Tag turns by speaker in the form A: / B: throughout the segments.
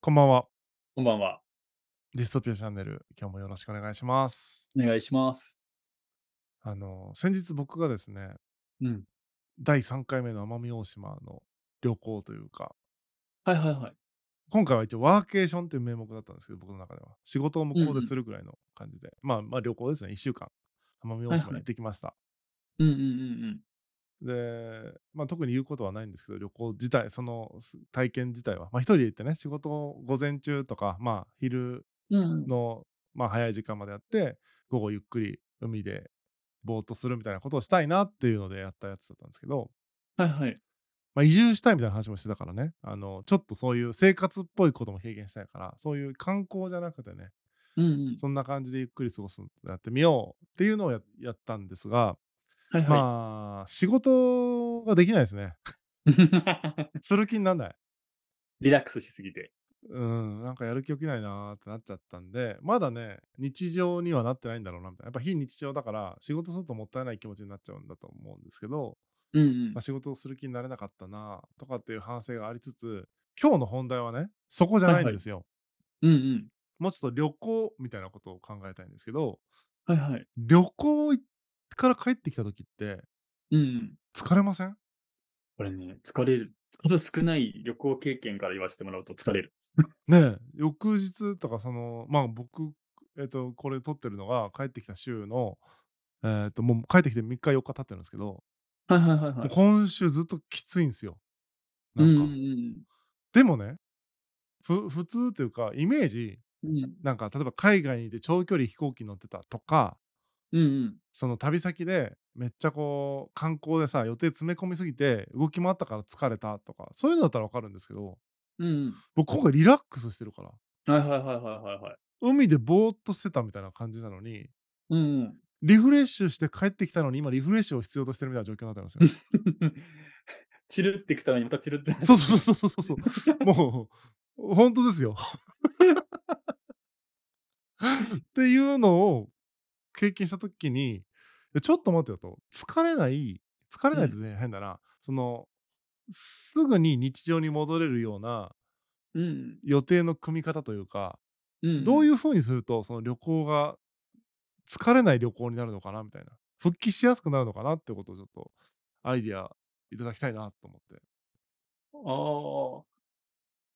A: こんばんは。
B: こんばんは。
A: ディストピアチャンネル、今日もよろしくお願いします。
B: お願いします。
A: あの、先日僕がですね
B: うん。
A: 第3回目の奄美大島の旅行というか
B: はいはいはい。
A: 今回は一応ワーケーションっていう名目だったんですけど、僕の中では。仕事を向
B: うんう
A: こうで
B: ん。
A: するぐらいの感じで、まあ、ま、旅行ですね、1週間、奄美大
B: はい
A: 島に行
B: は
A: っ
B: い。
A: てきました。
B: うんうんうんうん。
A: で、ま、特に言うことはないんですけど、旅行自体、その、す体験自体は、ま、1人で行ってね、仕事を午前中とか、まあ、昼
B: うんうん。
A: の、ま、早い時間までやって、午後ゆっくり海でぼーっとするみたいなことをしたいなっていうのでやったやつだったんですけど
B: はいはい。
A: ま、移住したいみたいな話もしてたからね、あの、ちょっとそういう生活っぽいことも経験したいから、そういう観光じゃなくてね、
B: うんうん。
A: そんな感じでゆっくり過ごすのやってみようっていうのをややったんですが、
B: はいはい。
A: まあ、仕事ができないですね。 する気になんない。
B: リラックスしすぎて。
A: うん、なんかやる気起きないなってなっちゃったんで、まだね、日常にはなってないんだろうなみたいな。やっぱ非日常だから、仕事するともったいない気持ちになっちゃうんだと思うんですけど、
B: うんう
A: ま、
B: ん。
A: 仕事をする気になれなかったなとかっていう反省がありつつ、今日の本題はね、そこじゃ
B: はい
A: ないん
B: は
A: で
B: い。
A: すよ。
B: うんうん。
A: もうちょっと旅行みたいなことを考えたいんですけど、
B: はいはい。
A: 旅行いから帰ってきた時って
B: うんうん。
A: 疲れません？
B: これね、疲れる。数少ない旅行経験から言わしてもらうと疲れる。
A: ね、翌日とかその、まあ、僕、えっと、これ撮ってるのが帰ってきた週の、えっと、もう帰ってきて3日4日経ってるんですけど
B: はいはいはいは
A: もう
B: い。
A: 今週ずっときついんすよ、
B: う
A: なんん
B: うんう
A: か。
B: ん。
A: でもね、ふ普通というか、イメージ、
B: うん。
A: なんか例えば海外にいて長距離飛行機乗ってたとか
B: うんうん。
A: その旅先で、めっちゃこう、観光でさ、予定詰め込みすぎて、動き回ったから疲れたとか、そういうのだったらわかるんですけど、
B: うんうん。
A: 僕今回リラックスしてるから。
B: はいはいはいはいはいはい。
A: 海でぼーっとしてたみたいな感じなのに
B: うんうん。
A: リフレッシュして帰ってきたのに、今リフレッシュを必要としてるみたいな状況になってるんですよ。
B: チルってきたのにまたチルってな っ
A: そう
B: て
A: そうそうそうそうそう。もう、ほんとですよ。 っていうのを経験した時に、「え、ちょっと待てよ」と。疲れない疲れ
B: う
A: ないって
B: ん。
A: ね、変だな。その、すぐに日常に戻れるような
B: うん。
A: 予定の組み方というか、
B: うんう
A: どうい
B: ん。
A: う風にすると、その旅行が疲れない旅行になるのかなみたいな。復帰しやすくなるのかなってことをちょっとアイディアいただきたいなと思って。
B: ああ。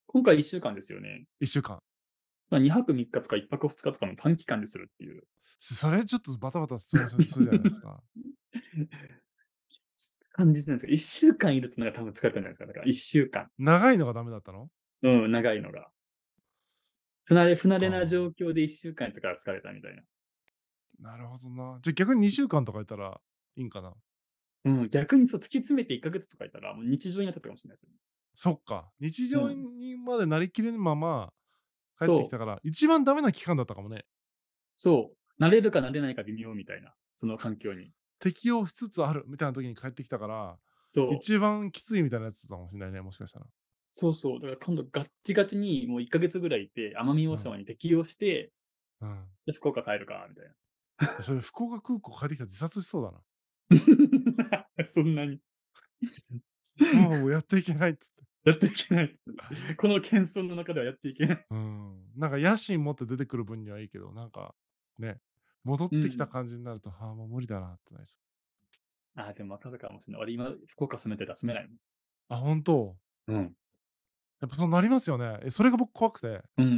B: 今回1週間ですよね。
A: 1週間。
B: ま、2泊3日とか1泊2日とかの短期間でするっていう。
A: すそれちょっとバタバタするするするじゃないですか。
B: 感じなんですけど、1週間いるってのが多分疲れたんじゃないですか、だから1週間。
A: 長いのがダメだったの？
B: うん、長いのが。ふなれ
A: そっ
B: 不慣れな状
A: か。
B: 況で1週間やったから疲れたみたいな。
A: なるほどな。じゃ、逆に2週間とかいたらいいんかな？
B: うん、逆にそう、突き詰めて1ヶ月とかいたら、もう日常になってたかもしれないですよね。
A: そっか、日
B: う
A: 常
B: ん。
A: にまでなりきれぬまま帰ってき
B: そ
A: た
B: う。
A: から、一番ダメな期間だったかもね。
B: そう、慣れるか慣れないか微妙みたいな、その環境に。
A: 適応しつつあるみたいな時に帰ってきたから、
B: そう。
A: 一番きついみたいなやつだったかもしんないね、もしかしたら。
B: そうそう、だから今度ガッチガチにもう1ヶ月ぐらいいて、奄美
A: う
B: 大
A: ん。
B: 島に適応して、
A: うん。
B: で、福岡帰るかみた いな。
A: それ福岡空港帰ってきたら自殺しそうだな。
B: そんなに。
A: もうやっていけないっつって。
B: やっていけない。この謙遜の中ではやっていけない。
A: うん、なんか野心持って出てくる分にはいいけど、なんか、ね、戻っ
B: うんう
A: てきた
B: ん。
A: 感じになると、ああ、もう無理だなってなりそう。
B: ああ、でも分かるかもしんない。俺今福岡住めてた、住めないもん。
A: あ、本当。
B: うん。
A: やっぱそうなりますよね。え、それが僕怖くて。
B: うんうんうんう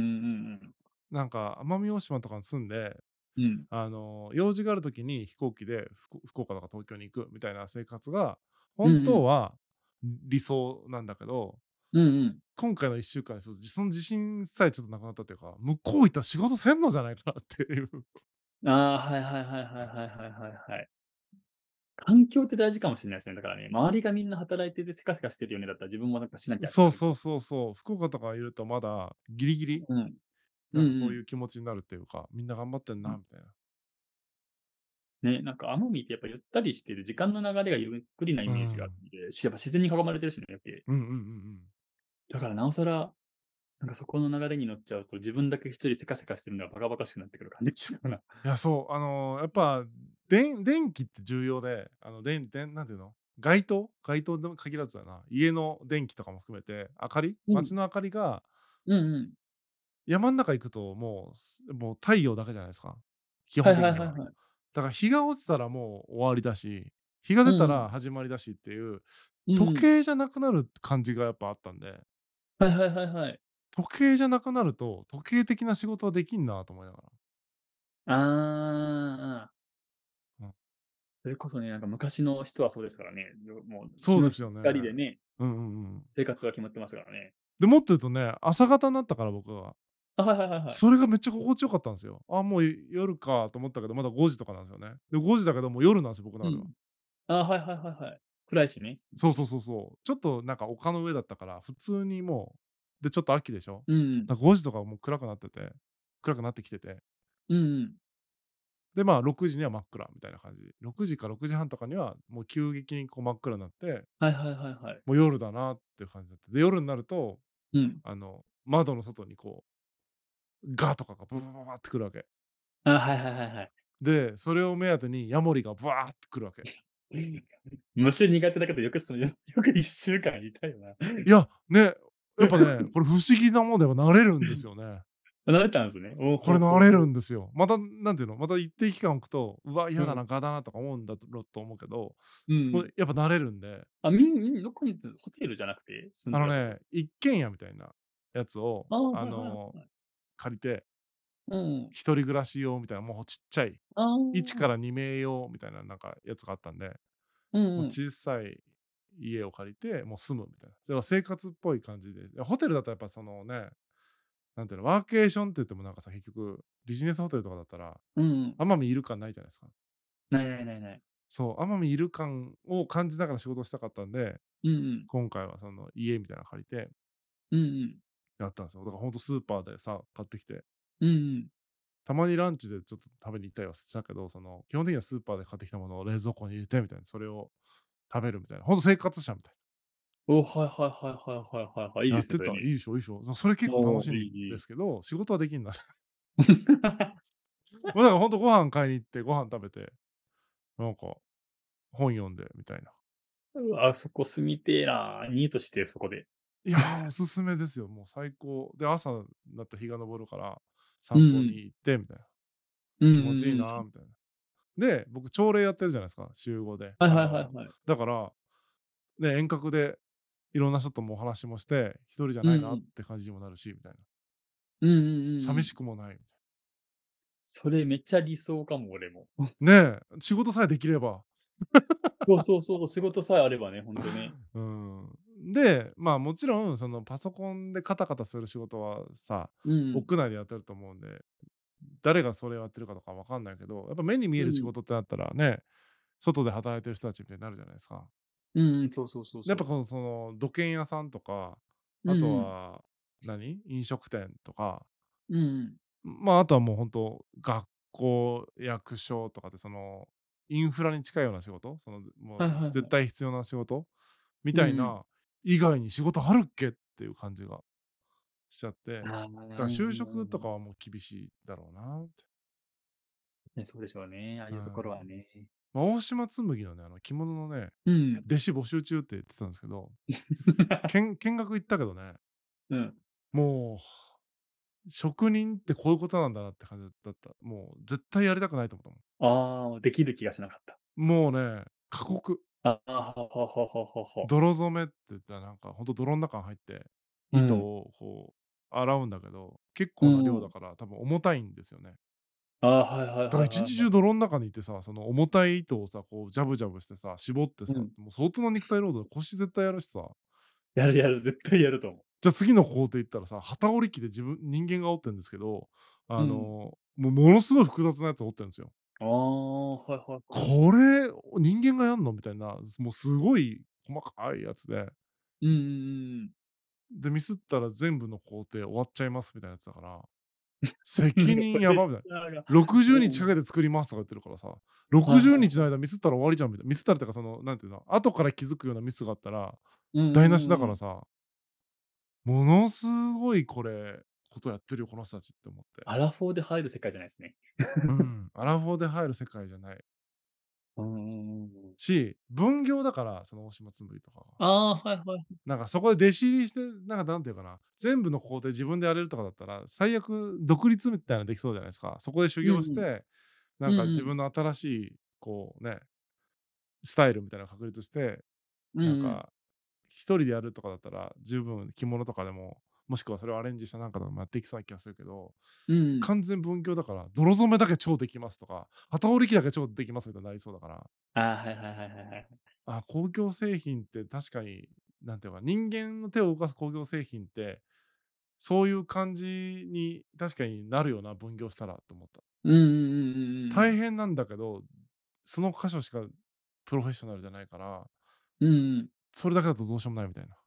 B: ん。
A: なんか奄美大島とかに住んで、
B: うん。
A: あの、用事がある時に飛行機でふこ福岡とか東京に行くみたいな生活が、
B: うん
A: 本
B: う
A: 当
B: ん。
A: は理想なんだけど
B: うんうん。
A: 今回の1週間、そのその自信さえちょっとなくなったっていうか、向こう行ったら仕事せんのじゃないかなっていう。
B: ああ、はいはいはいはいはいはいはいはい。環境って大事かもしんないですね。だからね、周りがみんな働いててせかせかしてるよねだったら、自分もなんかしなきゃって
A: そう
B: なる。
A: そうそうそう。福岡とかいるとまだギリギリ、
B: うん。う
A: なんん
B: う
A: かそうい
B: ん。
A: う気持ちになるっていうか、みんな頑張ってん
B: う
A: な、
B: ん。
A: みたいな。
B: ね、なんか奄美ってやっぱゆったりしてる、時間の流れがゆっくりなイ
A: う
B: メージがあっ
A: ん。
B: て、しやっぱ自然に囲まれてるしね、やっけ。
A: うんうんうんうん。
B: だからなおさら、なんかそこの流れに乗っちゃうと、自分だけ1人せかせかしてるのがバカバカしくなってくる感じしそうな。
A: いや、そう、あの、やっぱ、でん電気って重要で、あの、でんでんなんていうの、街灯街灯でも限らずだな、家の電気とかも含めて、明かり
B: うん。
A: 街の明かりが
B: うんうん。
A: 山ん中行くと、もうすもう太陽だけじゃないですか、基
B: は
A: 本
B: いは
A: 的
B: い
A: に
B: はい
A: は。
B: はい。
A: だから日が落ちたらもう終わりだし、日が
B: う
A: 出
B: ん
A: た
B: うん。
A: ら始まりだしっていう、
B: うんう
A: 時
B: ん。
A: 計じゃなくなる感じがやっぱあったんで。
B: はいはいはいはい。
A: 時計じゃなくなると、時計的な仕事はできんなと思いながら。
B: ああ、ああ。
A: うん。
B: それこそね、なんか昔の人はそうですからね、よもう
A: そ
B: 日
A: う
B: の
A: ですよね。
B: 光でね、
A: うんうんうん。
B: 生活は決まってますからね。
A: で、もっと言うとね、朝方になったから僕は。
B: あ、はいはいはいはい。
A: それがめっちゃ心地よかったんですよ。あ、もう夜かと思ったけど、まだ5時とかなんですよね。で、5時だけどもう夜なんですよ、僕の
B: う
A: 中では。
B: ん。あ、はいはいはいはい。暗いしね。
A: そうそうそうそう。ちょっとなんか丘の上だったから、普通にもう、で、ちょっと秋でしょ。
B: うんうん。
A: だ5時とかもう暗くなってて、暗くなってきてて。
B: うんうん。
A: で、まあ6時には真っ暗みたいな感じ。6時か6時半とかには、もう急激にこう真っ暗になって、
B: はいはいはいはい。
A: もう夜だなっていう感じだった。で、夜になると、
B: うん。
A: あの、窓の外にこう、ガとかがブバババってくるわけ。
B: あ、はいはいはいはい。
A: で、それを目当てにヤモリがブワーってくるわけ。
B: 虫苦手だけど、よくその、よよく1週間いたよな。
A: いや、ね、やっぱ ね、これ不思議なもんではなれるんですよね。
B: 慣れたんですね。おお
A: こ
B: ほ
A: れ
B: うほ
A: な
B: う
A: れ
B: ほ
A: る
B: う。
A: んですよ。また、なんていうのまた一定期間置くと、うわ、
B: う
A: 嫌だ
B: ん。
A: な、ガだなとか思うんだろうと思うけど、
B: う
A: も
B: ん。
A: うやっぱ慣れるんで、
B: あ、みん、みんどこに住んホテルじゃなくて住ん
A: あ
B: で
A: の
B: らっしゃる。
A: ね、一軒家みたいなやつを、
B: ああ、
A: あ
B: はいはい
A: の、
B: はい。
A: 借りて、
B: うん。
A: 一人暮らし用みたいな、もうちっちゃい、
B: あ
A: 1
B: あ。
A: から2名用みたいななんかやつがあったんで、
B: うん
A: もう
B: うん。
A: 小さい家を借りて、もう住むみたいな。でも生活っぽい感じで。ホテルだとやっぱそのね、なんていうの、ワーケーションって言ってもなんかさ、結局、ビジネスホテルとかだったら、
B: うん。
A: 奄美いる感ないじゃないですか。
B: ないないないない。
A: そう、奄美いる感を感じながら仕事をしたかったんで、
B: うんうん。
A: 今回はその家みたいなの借りて
B: うんうん。
A: やったんですよ。だからほんとスーパーでさ、買ってきて、
B: うんうん。
A: たまにランチでちょっと食べに行ったりはしたけど、その、基本的にはスーパーで買ってきたものを冷蔵庫に入れてみたいな、それを食べるみたいな。ほんと生活者みたいな。
B: お、はいはいはいはいはいはいはい。いい
A: や
B: で
A: っ
B: すね、
A: て
B: そ
A: た。
B: れ
A: い
B: ね。
A: いでしょ、いいでしょ。そそれ結構楽
B: お
A: しい
B: お、い
A: ん
B: いい
A: で
B: い。
A: すけど、仕事はできんな。 もうだからほんとご飯買いに行って、ご飯食べて、なんか本読んでみたいな。
B: うわ、そこ住みてえな。ニートしてる、そこで。
A: いや、おすすめですよ。もう最高。で、朝になった日が昇るから
B: う
A: 散歩
B: ん
A: に行ってみたいな。
B: うん。う
A: 気
B: ん
A: 持ちいい
B: うんう
A: な、
B: ん。
A: みたいな。で、僕、朝礼やってるじゃないですか、週5で。
B: はい
A: あ
B: はいはい
A: の、
B: はい。
A: だから、ね、遠隔でいろんな人ともお話もして、一人じゃ
B: うん
A: ないうなっ
B: ん。
A: て感じにもなるし、みたいな。
B: うんうんうんう
A: 寂し
B: ん。
A: くもない。
B: それめっちゃ理想かも、俺も。
A: ねえ、仕事さえできれば。
B: そうそうそう、仕事さえあればね、ほんと ね。
A: うん、で、まあもちろん、そのパソコンでカタカタする仕事はさ、
B: うん。
A: 屋内でやってると思うんで、誰がそれをやってるかとかわかんないけど、やっぱ目に見
B: う
A: える仕
B: ん。
A: 事ってなったらね、外で働いてる人たちみたいになるじゃないですか。
B: うんうん、そうそうそう
A: やっぱ
B: そ
A: このその土建屋さんとか、
B: う。う
A: あと
B: ん
A: は何飲食店とか、
B: うん。うんうん。
A: まああとはもう本当学校、役所とかでそのインフラに近いような仕事、そのも
B: は
A: う
B: いはい
A: 絶
B: はい。
A: 対必要な仕事み
B: う
A: たい
B: ん
A: な以外に仕事あるっけっていう感じがしちゃって、だ
B: うん。ああ、う
A: から就
B: んう
A: 職と
B: ん。
A: かはもう厳しいだろうなって。
B: ね、そうでしょうね。ああ
A: う
B: い
A: ん。
B: うところはね。
A: まあ、大島紬のね、あの着物のね、
B: うん。
A: 弟子募集中って言ってたんですけ ど、見見学行ったけどね、
B: うん。
A: もう、職人ってこういうことなんだなって感じだった。もう、絶対やりたくないと思ったもん。
B: ああ、できる気がしなかった。
A: もうね、過酷。
B: ああ、ほほほほほほ。
A: 泥染めって言ったらなんか、ほんと泥の中に入って、
B: う
A: 糸
B: ん。
A: をこう、洗うんだけど、結
B: う
A: 構な量だ
B: ん。
A: から、多分重たいんですよね。
B: ああ、はいはい
A: だから
B: はい
A: 一
B: はい
A: 日
B: は
A: 中
B: い。
A: 泥の中にいてさ、その重たい糸をさ、こう、ジャブジャブしてさ、絞って
B: う
A: さ、
B: ん。
A: もう相当な肉体労働で腰絶対やるしさ、
B: やるやる、絶対やると思
A: じゃあ次の工程行ったらさ、旗織り機で自分、人間が折ってるんですけど、
B: う。
A: あの、
B: うん。
A: もうものすごい複雑なやつ折ってるんですよ。
B: ああ、はいはいはい。
A: これ、人間がやんのみたいな、もうすごい細かいやつで、
B: うんうんうん。
A: で、ミスったら全部の工程終わっちゃいますみたいなやつだから、 責
B: なんか
A: 任
B: プ
A: や
B: レッ
A: ばみたい
B: シ
A: な。
B: ャーが。
A: 60
B: う
A: 日
B: ん。
A: かけて作りますとか言ってるからさ、
B: はい
A: 60
B: はい
A: 日の
B: は
A: 間ミスったら終わりじゃんみたいな。ミスったらってか、その、なんていうの、後から気づくようなミスがあったら、
B: い。うんう
A: 台無しだ
B: んう
A: から
B: ん。
A: さ、ものすごいこれ、ことやってるよ、この人たちって 思って。
B: アラフォーで入る世界じゃないですね。
A: うん。アラフォーで入る世界じゃない。
B: うんうんうんうん。
A: し、分業だから、その大島紬とかが。
B: ああー、はいはい。
A: なんかそこで弟子入りして、なんかなんていうかな、全部の工程自分でやれるとかだったら、最悪独立みたいなのできそうじゃないですか。そこで修行して、
B: う
A: なんか
B: うんうん
A: 自分の新しい、こうね、スタイルみたいなの確立して、な
B: う
A: んん
B: うん。
A: か一人でやるとかだったら、十分着物とかでも、もしくはそれをアレンジしたなんかでもやっていきそうな気がするけど、
B: うん
A: 完全分業だから、泥染めだけ超できますとか、旗織り機だけ超できますみたいになりそうだから、
B: ああ、はいはいはいはいはい。
A: あ工業製品って確かになんていうか人間の手を動かす工業製品ってそういう感じに確かになるよな分業したらと思った、
B: うんうんうんうんうん。
A: 大変なんだけどその箇所しかプロフェッショナルじゃないから
B: うんうん。
A: それだけだとどうしようもないみたいな、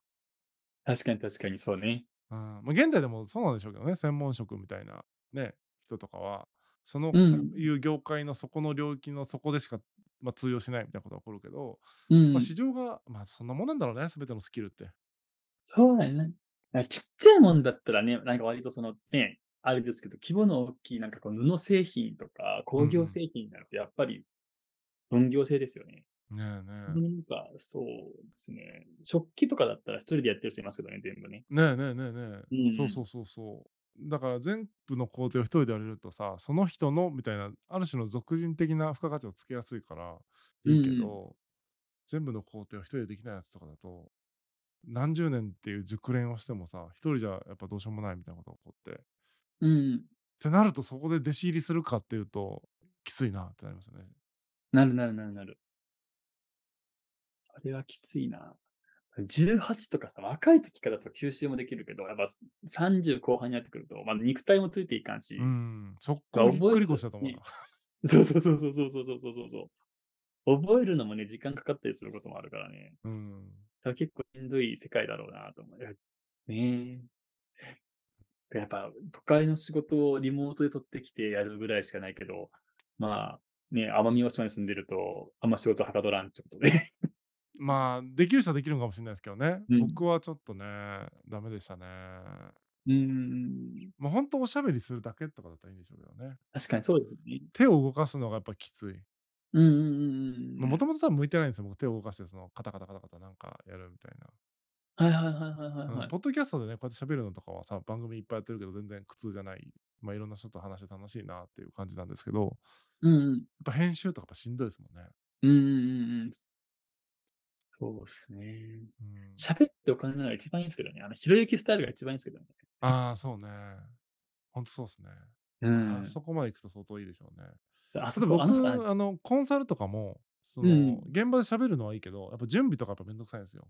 B: 確かに確かにそうね。
A: うんまあ、現代でもそうなんでしょうけどね専門職みたいなね人とかはその
B: うん
A: いう業界のそこの領域のそこでしか、まあ、通用しないみたいなことが起こるけど、
B: うん
A: まあ、市場が、まあ、そんなもんなんだろうね全てのスキルって。
B: そうだよね。なんかちっちゃいもんだったらね、なんか割とそのね、あれですけど、規模の大きいなんかこの布製品とか工
A: うんう
B: 業
A: ん
B: 製品になるとやっぱり分業制ですよね。
A: ねえねえ。
B: なんかそうですね。食器とかだったら一人でやってる人いますけどね、全部ね。
A: ねえねえねえねえ、
B: うん
A: そうそうそうそうだから全部の工程を一人でやれるとさその人のみたいなある種の俗人的な付加価値をつけやすいからいいけど、全部の工程を一人でできないやつとかだと何十年っていう熟練をしてもさ一人じゃやっぱどうしようもないみたいなことが起こってっ
B: うん。
A: てなるとそこで弟子入りするかっていうときついなってなりますよね
B: なるなるなるなる。それはきついな。18とかさ、若い時からだと吸収もできるけど、やっぱ30後半になってくると、まあ、肉体もついていかんし、
A: うんそっこにひっくり腰だと思うな、
B: そうそうそうそうそうそうそうそうそう。覚えるのもね、時間かかったりすることもあるからね。
A: うん
B: だから結構しんどい世界だろうなと思う。いやねえ。やっぱ都会の仕事をリモートで取ってきてやるぐらいしかないけど、まあね、奄美大島に住んでると、あんま仕事はかどらんってことで。
A: まあできる人はできるのかもしれないですけどね、
B: うん
A: 僕はちょっとねダメでしたね
B: うーん。
A: もうほんとおしゃべりするだけとかだったらいいんでしょうけどね。
B: 確かにそうですね。
A: 手を動かすのがやっぱきつい。
B: うんうんうんうん。
A: もともと多分向いてないんですよ、僕手を動かして、そのカタカタカタカタなんかやるみたい
B: はいはいはいはい
A: な。
B: はい、はい
A: うんポッドキャストでね、こうやって喋るのとかはさ、番組いっぱいやってるけど、全然苦痛じゃない。まあいろんな人と話して楽しいなっていう感じなんですけど、やっ
B: うんうん。
A: ぱ編集とかやっぱしんどいですもんね。
B: うんうんうんうん。そうですね。
A: うん、
B: 喋ってお金なのが一番いいんですけどね。あの、ひろゆきスタイルが一番いいんですけどね。
A: ああ、そうね。ほんとそうですね。
B: う
A: あそこまで行くと相当いいでしょうね。
B: あ
A: ただ
B: そこ、
A: 僕
B: あの人は
A: あの、コンサルとかも、そ
B: うん
A: の、現場で喋るのはいいけど、やっぱ準備とかやっぱめんどくさいんですよ。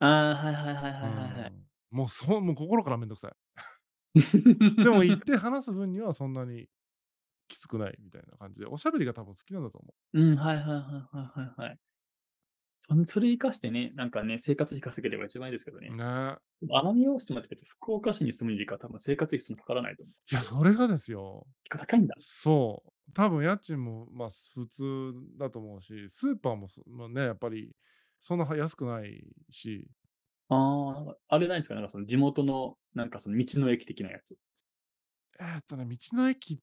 B: ああ、はいはいはいはいはいは
A: うんもうそう、もう心からめんどくさい。
B: い。
A: でも行って話す分にはそんなにきつくないみたいな感じで、おしゃべりが多分好きなんだと思
B: うん、はいはいはいはいはいはい。そのそれ生かしてね、なんかね、生活費稼げれば一番いいですけどね。
A: う。ねえ
B: 奄美大島って別に福岡市に住むよりかは多分生活費そんなかからないと思う。
A: いや、それがですよ。
B: てか高いんだ。
A: そう。多分家賃もまあ普通だと思うし、スーパーもそ、まあ、ね、やっぱりそんな安くないし、
B: ああ、なんかあれないんですかなんかその地元の、なんかその道の駅的なやつ。
A: えーっとね、道の駅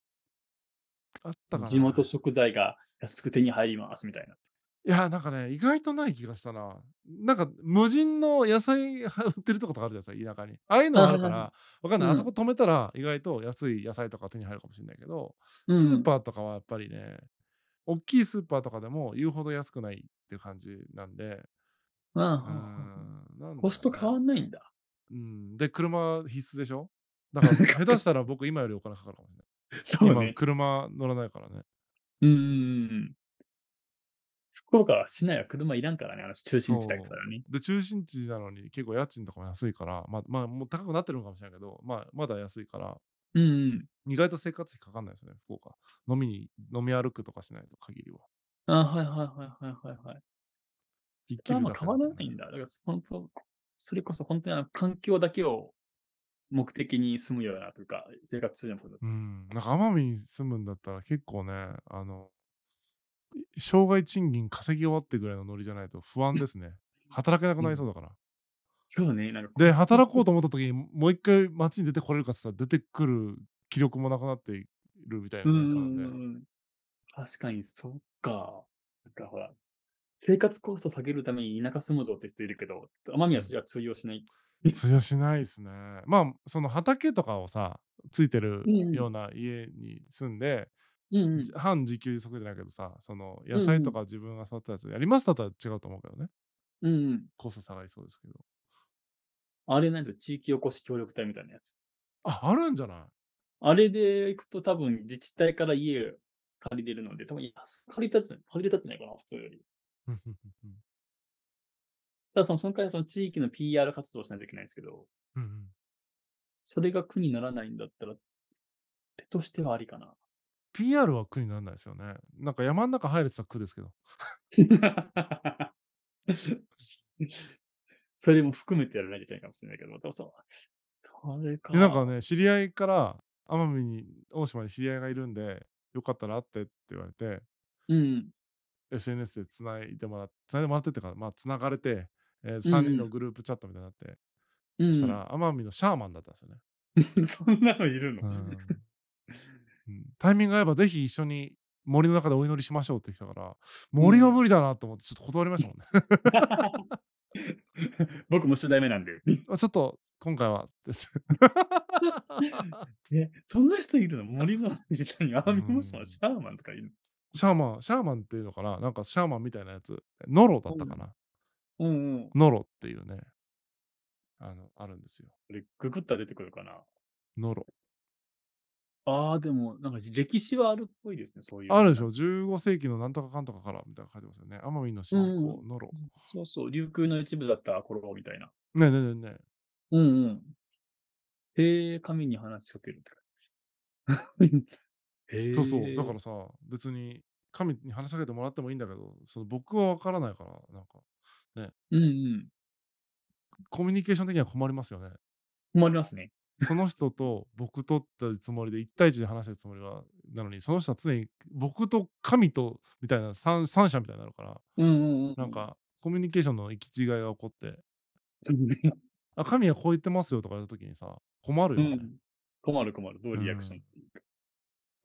A: あったかな。
B: 地元食材が安く手に入りますみたいな。
A: いや、なんかね、意外とない気がしたな。なんか、無人の野菜 売ってるとことかあるじゃないですか、田舎に。ああいうのがあるか
B: あはい
A: ら、わかんない。
B: うん
A: あそこ止めたら、意外と安い野菜とか手に入るかもしれないけど、
B: うん
A: スーパーとかはやっぱりね、大きいスーパーとかでも言うほど安くないっていう感じなんで、
B: うんうん
A: うんなん
B: うん
A: だろうね
B: コスト変わんないんだ。
A: うん。で、車必須でしょだから、下手したら僕今よりお金かかるかも しれない。
B: そう
A: 今、
B: ね。
A: 車乗らないからね。
B: うんうんうんうん。福岡は市内は車いらんからね、あの中心地だからね。
A: で、中心地なのに結構家賃とかも安いから、まあ、まあ、もう高くなってるのかもしれないけど、まあ、まだ安いから、
B: うんうん。
A: 意外と生活費かかんないですよね、福岡。飲みに、飲み歩くとかしないと限りは。
B: あ、はいはいはいはいはいはい。
A: 生き
B: 人は
A: る
B: ま
A: だ
B: あ
A: け
B: 変わら
A: だと
B: ない
A: ね
B: んだ。だからそのそそれこそ本当にあの環境だけを目的に住むようなというか、生活するようなこと。
A: うん。なんか奄美に住むんだったら結構ね、あの、い障害賃金稼ぎ終わってぐらいのノリじゃないと不 安ですね。働けなくなりそうだから。
B: そうね、なんか。
A: で、働こうと思った時 にもう一回街に出てこれるかって言ったら出てくる気力もなくなっているみたいな
B: う
A: 感
B: ん
A: じな
B: うんん
A: で
B: う。ん。確かに、そっか。なんかほら、生活コスト下げるために田舎住むぞって人いるけど、奄美はそれは通用しない。
A: 通用しないですね。まあ、その畑とかをさ、ついてる
B: うんうん。
A: ような家に住んで、
B: うんう
A: じ
B: ん。
A: 半自給自足じゃないけどさ、その
B: う
A: 野
B: ん
A: 菜
B: う
A: と
B: ん。
A: か自分が育てたやつやりますだったら違うと思うけどね。
B: うんうん。
A: コスト下がりそうですけど。
B: あれなんですよ、地域おこし協力隊みたいなやつ。
A: あ、あるんじゃない
B: あれで行くと多分自治体から家を借りれるので、多分いや借りたって借りれたってないかな、普通より。
A: ふんふんふんふん
B: ただその、その代わりその地域の PR 活動をしないといけないんですけど、
A: うんうん
B: それが苦にならないんだったら、手としてはありかな。
A: PR は苦にならないですよね。なんか山の中入れてたら苦ですけど。
B: それも含めてやらなきゃいけないかもしれないけど、でもそう、それ
A: で、なんか
B: か。
A: ね、知り合いから、奄美に、大島に知り合いがいるんで、よかったら会ってって言われて、
B: うん、
A: SNS でつないでもらって、つないでもらってっていうか、まあ、つながれて、えー、
B: う
A: 3人の
B: ん、
A: グループチャットみたいになって、
B: う
A: そした
B: ん、
A: ら、奄美のシャーマンだったんですよね。
B: うん。 そんなのいるの
A: うん、 うんタイミングが合えば、ぜひ一緒に森の中でお祈りしましょうって来たから、
B: う
A: 森は
B: ん。
A: 無理だなと思って、ちょっと断りましたもんね。
B: 僕も主題目なんで。
A: あちょっと、今回はって 言って。
B: ね、そんな人いる の森の時代にア
A: う
B: ーミーモスのシ
A: ん
B: ャーマンとかいる
A: シャーマン、シャーマンっていうのかななんかシャーマンみたいなやつ。ノロだ
B: の
A: っ
B: う
A: たか
B: ん
A: な
B: うんうん。
A: ノロっていうね、あの、あるんですよ。
B: これググったら出てくるかな。
A: ノロ。
B: ああ、でも、なんか歴史はあるっぽいですね、そうい
A: あ
B: う。
A: るでし
B: なん
A: ょ
B: か
A: ?15 世紀のなんとかかんとかからみたいなの書いてますよね。奄美の
B: う
A: 信
B: んう
A: 仰、
B: ん。
A: ノロ。
B: そうそう、琉球の一部だった頃みたいな。
A: ねえねえねえねえ。
B: うんうん。へえ、神に話しかけるって感じ。
A: そうそう。だ
B: へ
A: か
B: え。
A: らさ、別に神に話しかけてもらってもいいんだけど、その僕はわからないから、なんか、ね、
B: うんうん。
A: コミュニケーション的には困りますよね。
B: 困りますね。
A: その人と僕とってつもりで1対1で話してるつもりはなのにその人は常に僕と神とみたいな三三者みたいになるから
B: うんうんう
A: なん
B: ん
A: かコミュニケーションの行き違いが起こって
B: うん。そうね
A: あ神はこう言ってますよとか言った時にさ困る
B: う
A: よね
B: ん。困る困る。どう
A: う
B: リアクション
A: ん
B: していいか。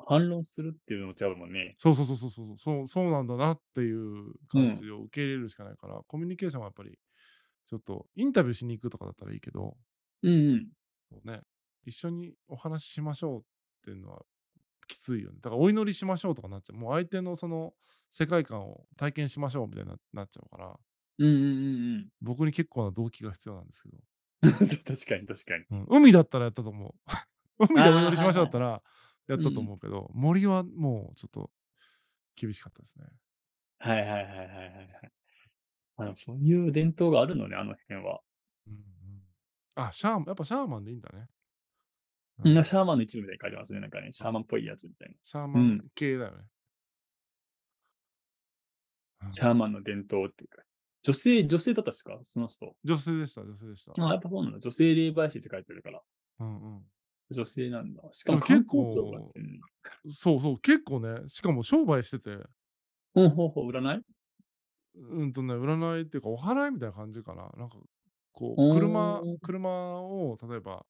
B: 反論するっていうのもちゃうもんね。
A: そうそうそうそうそうそうそうなんだなっていう
B: う
A: 感
B: ん。
A: じを受け入れるしかないからコミュニケーションはやっぱりちょっとインタビューしに行くとかだったらいいけど
B: うんうん。
A: こうね一緒にお話ししましょうっていうのはきついよね。だからお祈りしましょうとかなっちゃう。もう相手のその世界観を体験しましょうみたいにななっちゃうから、
B: うんうんうん
A: 僕に結構な動機が必要なんですけど。
B: うん。 確かに確かに。
A: うん、海だったらやったと思う。 海でお祈
B: ああ、
A: りし
B: はい
A: ましょうだっ
B: は
A: た
B: い。
A: らやっ
B: う
A: たと
B: ん。
A: 思うけど、森はもうちょっと厳しかったですね。
B: はいはいはいはいはいはい。あの、そういう伝統があるのね、あの辺は。
A: うんうんあ、シャーマン、やっぱシャーマンでいいんだね。う
B: うん
A: ん、
B: なシャーマンの一部みたいに書いてますね。なんかね、シャーマンっぽいやつみたい
A: シャー
B: な。
A: マ
B: う
A: ン
B: ん。
A: 系だよね。うん
B: シャーマンの伝統っていうか。女性、女性だったしか、その人。
A: 女性でした、女性でした。
B: あ、やっぱそうなの。女性霊媒師って書いてるから。
A: うんうん。
B: 女性なんだ。しか
A: で
B: も
A: も
B: 観
A: 結
B: 光業がやっ
A: 構、
B: てるんだ。
A: そうそう、結構ね、しかも商売してて、
B: うん、ほうほう、占い
A: うんとね、占いっていうか、お祓いみたいな感じかな。なんか、こう、車、
B: おー。
A: 車を、例えば、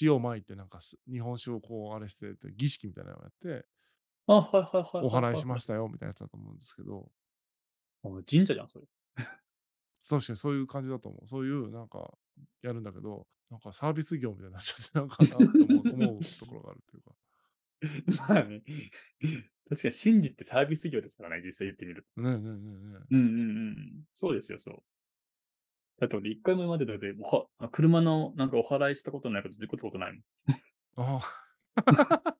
A: 塩をまいて、なんかす、日本酒をこう、あれしてって、儀式みたいなのをやって、
B: あ、はいはい はい
A: お
B: は
A: 祓い
B: いはい
A: しま
B: は
A: したよ、みたいなやつだと思うんですけど、
B: い。あ神社じゃん、それ。
A: 確かにそういう感じだと思う。そういう、なんか、やるんだけど、なんかサービス業みたいになっちゃって、なんかなって思う思うところがあるっていうか。
B: まあね。 確かに信じってサービス業ですからね、実際言ってみると。
A: ねえねえねえねえ。
B: うんうんうんうん。そうですよ、そう。だって俺、一回も今までだって、おは車のなんかお祓いしたことないこと、事故ったことないもん。。
A: ああ。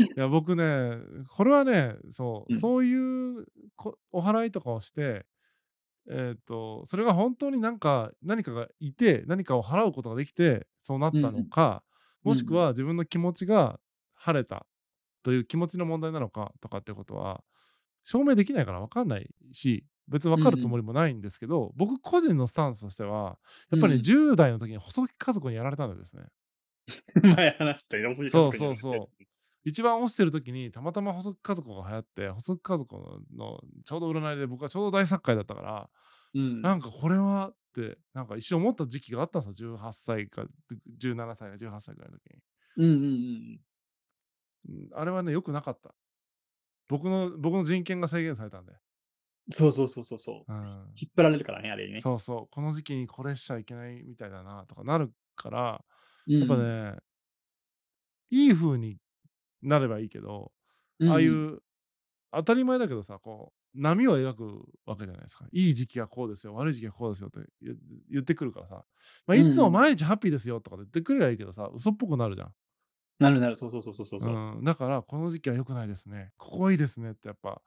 A: いや僕ねこれはねそううんそういうこお祓いとかをしてえっ、とそれが本当になんか何かがいて何かを払うことができてそうなっ
B: うん
A: たのか
B: うん。
A: も
B: う
A: しく
B: ん
A: は自分の気持ちが晴れたという気持ちの問題なのかとかってことは証明できないから分かんないし別に
B: う
A: 分
B: ん。
A: かる
B: う
A: つも
B: ん
A: りもないんですけど僕個人のスタンスとしてはや
B: う
A: っぱり、ね、
B: ん。
A: 10代の時に細木数子にやられたんですね。
B: 前話したよ、家
A: そう
B: 族にや
A: そう
B: られて。
A: そう。一番落ちてる時にたまたま細木家族が流行って細木家族のちょうど占いで僕はちょうど大作家だったから
B: う。
A: なんんかこれはってなんか一瞬思った時期があったんですよ18歳か17歳か18歳ぐらいの時に。
B: うんうんうん
A: うんあれはね良くなかった。僕の、僕の人権が制限されたんで。
B: そうそうそうそうそうう。
A: ん。
B: 引っ張られるからね、あれにね。
A: そうそう、この時期にこれしちゃいけないみたいだなとかなるから、
B: う
A: やっぱ
B: ん。
A: ね、いい風になればいいけど、
B: う
A: ああい
B: ん。
A: う当たり前だけどさ、こう、波を描くわけじゃないですか。いい時期はこうですよ、悪い時期はこうですよって言言ってくるからさ、まあ、
B: う
A: いつも
B: ん。
A: 毎日ハッピーですよとかって言ってくれりゃいいけどさ、嘘っぽくなるじゃん。
B: なるなる、そうそうそうそうそうそう。
A: うん、だから、この時期は良くないですね。ここはいいですねってやっぱ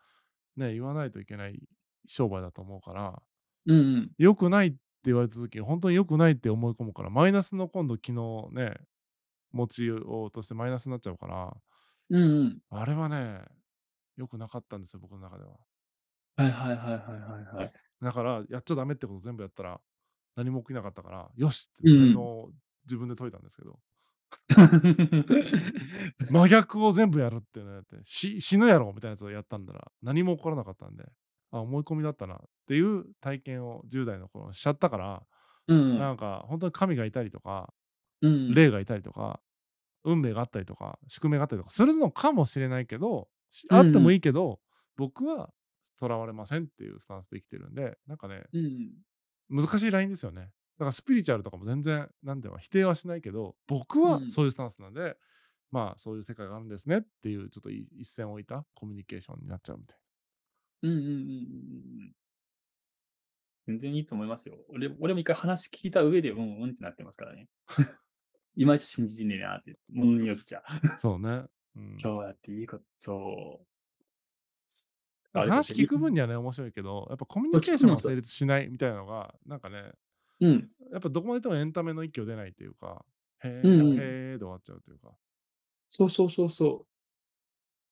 A: ね、言わないといけない商売だと思うから、
B: うんうん。
A: 良くないって言われた時本当に良くないって思い込むからマイナスの今度昨日ね持ちようとしてマイナスになっちゃうから
B: うんうん。
A: あれはね良くなかったんですよ僕の中では
B: はいはいはいはいはいはい。
A: だからやっちゃダメってこと全部やったら何も起きなかったからよしっ
B: う
A: て洗脳
B: ん。
A: を自分で解いたんですけど真
B: う。
A: 逆を全部やるっていうのやってし死ぬやろみたいなやつをやったんだら何も起こらなかったんであ思い込みだったなっていう体験を10代の頃しちゃったからなんんか本当に神がいたりとか
B: うん。
A: 霊がいたりとか運命があったりとか宿命があったりとかするのかもしれないけどし
B: う
A: あってもい
B: ん。
A: いけど僕はとらわれませんっていうスタンスで生きてるんでなんかね
B: うん。
A: 難しいラインですよねだからスピリチュアルとかも全然なんでは否定はしないけど僕
B: う
A: は
B: ん。
A: そういうスタンスなんでまあそういう世界があるんですねっていうちょっとい一線を置いたコミュニケーションになっちゃうみたい
B: うんうんうんうんうん。全然いいと思いますよ。俺俺も一回話聞いた上で、うんうんってなってます からね。いまいち信じねえなって、ものによっちゃ。
A: なそうね、うん、
B: そうやっていいこと、そう。あれですよ、
A: 話
B: じゃあ
A: 聞
B: い
A: く分にはね面白いけどやっぱコミュ
B: そ
A: ニ
B: う聞
A: ケー
B: く
A: ションが
B: のはそ
A: 成
B: う。
A: 立しないみたいなのがなんかね
B: うん。
A: やっぱどこまで行ってもエンタメの域を出ないっていうか、へ
B: う
A: え、
B: ん、うん。
A: へえで終わっちゃうというか。
B: そうそうそうそ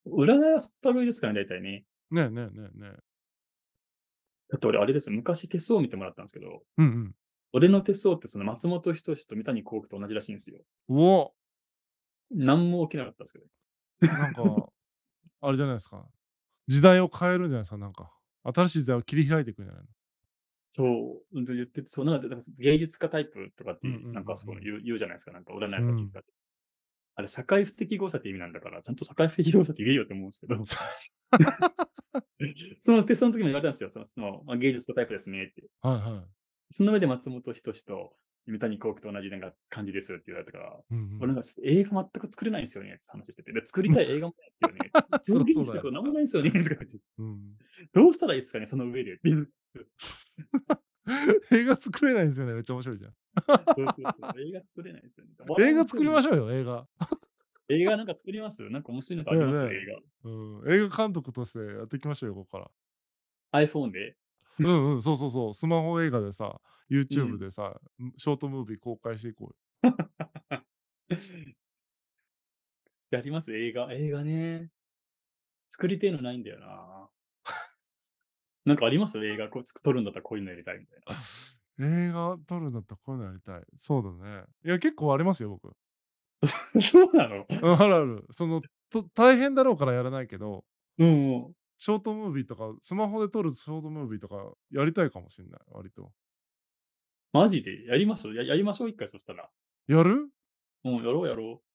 B: う。占いはすっぱるいですからね、大体ね。
A: ねえねえねえねえ。
B: だって俺あれですよ、昔手相を見てもらったんですけど、
A: うんうん。
B: 俺の手相ってその松本人志と三谷幸喜と同じらしいんですよ。
A: うお
B: 何も起きなかったんですけど。
A: なんか、あれじゃないですか。時代を変えるんじゃないですか、なんか。新しい時代を切り開いていくんじゃないの
B: そう、うんと言ってて、そう、なんか、なんか芸術家タイプとかって
A: うんう
B: いう、なんかそこ
A: ん
B: 言う言うじゃないですか、なんか占
A: うん
B: い
A: う
B: と
A: ん。う
B: か結
A: ん。
B: 果って。あれ、社会不適合者って意味なんだから、ちゃんと社会不適合者って言えよって思うんですけ ど、そのテストの時も言われたんですよ、その、そのまあ、芸術家タイプですねって。
A: はいはい。
B: その上で松本人志と三谷幸喜と同じなんか感じですって言われたから、
A: うん
B: 俺なんかちょっと映画全く作れないんですよねって話してて、で作りたい映画もないんですよね。
A: うん。 そりゃ
B: 表
A: そ
B: 現
A: う
B: し
A: だ
B: たこ
A: よ
B: と
A: ね。
B: なんもないんですよねとか言って、
A: うん。
B: どうしたらいいですかね、その上 でっていう。
A: 映画作れないんですよね。めっちゃ面白いじゃん。
B: そうそうそう映画作れないですよね。お笑
A: 映
B: いも
A: 画
B: 作
A: 作
B: れ
A: り
B: な
A: ま
B: い。
A: しょうよ、映画。
B: 映画なんか作りますなんか面白いのかあ
A: ねえ
B: ります
A: ね
B: 映
A: え。うん、映画監督としてやっていきましょうよ、ここから。
B: 画。iPhone で。
A: うんうん、そうそうそう。スマホ映画でさ、
B: う
A: YouTube
B: ん。
A: でさ、ショートムービー公開していこうよ。
B: やります映画。映画ね。作りてえのないんだよな。なんかあります映画こう作撮るんだったらこういうのやりたいみたいな。
A: 映画撮るんだったらこういうのやりたい。そうだね。いや、結構ありますよ、僕。
B: そうなの
A: うんあるある。その、と大変だろうからやらないけど、
B: うん。
A: ショートムービーとか、スマホで撮るショートムービーとか、やりたいかもしんない、割と。
B: マジでやりますややりましょう、一回そしたら。
A: やる
B: うん、やろうやろう。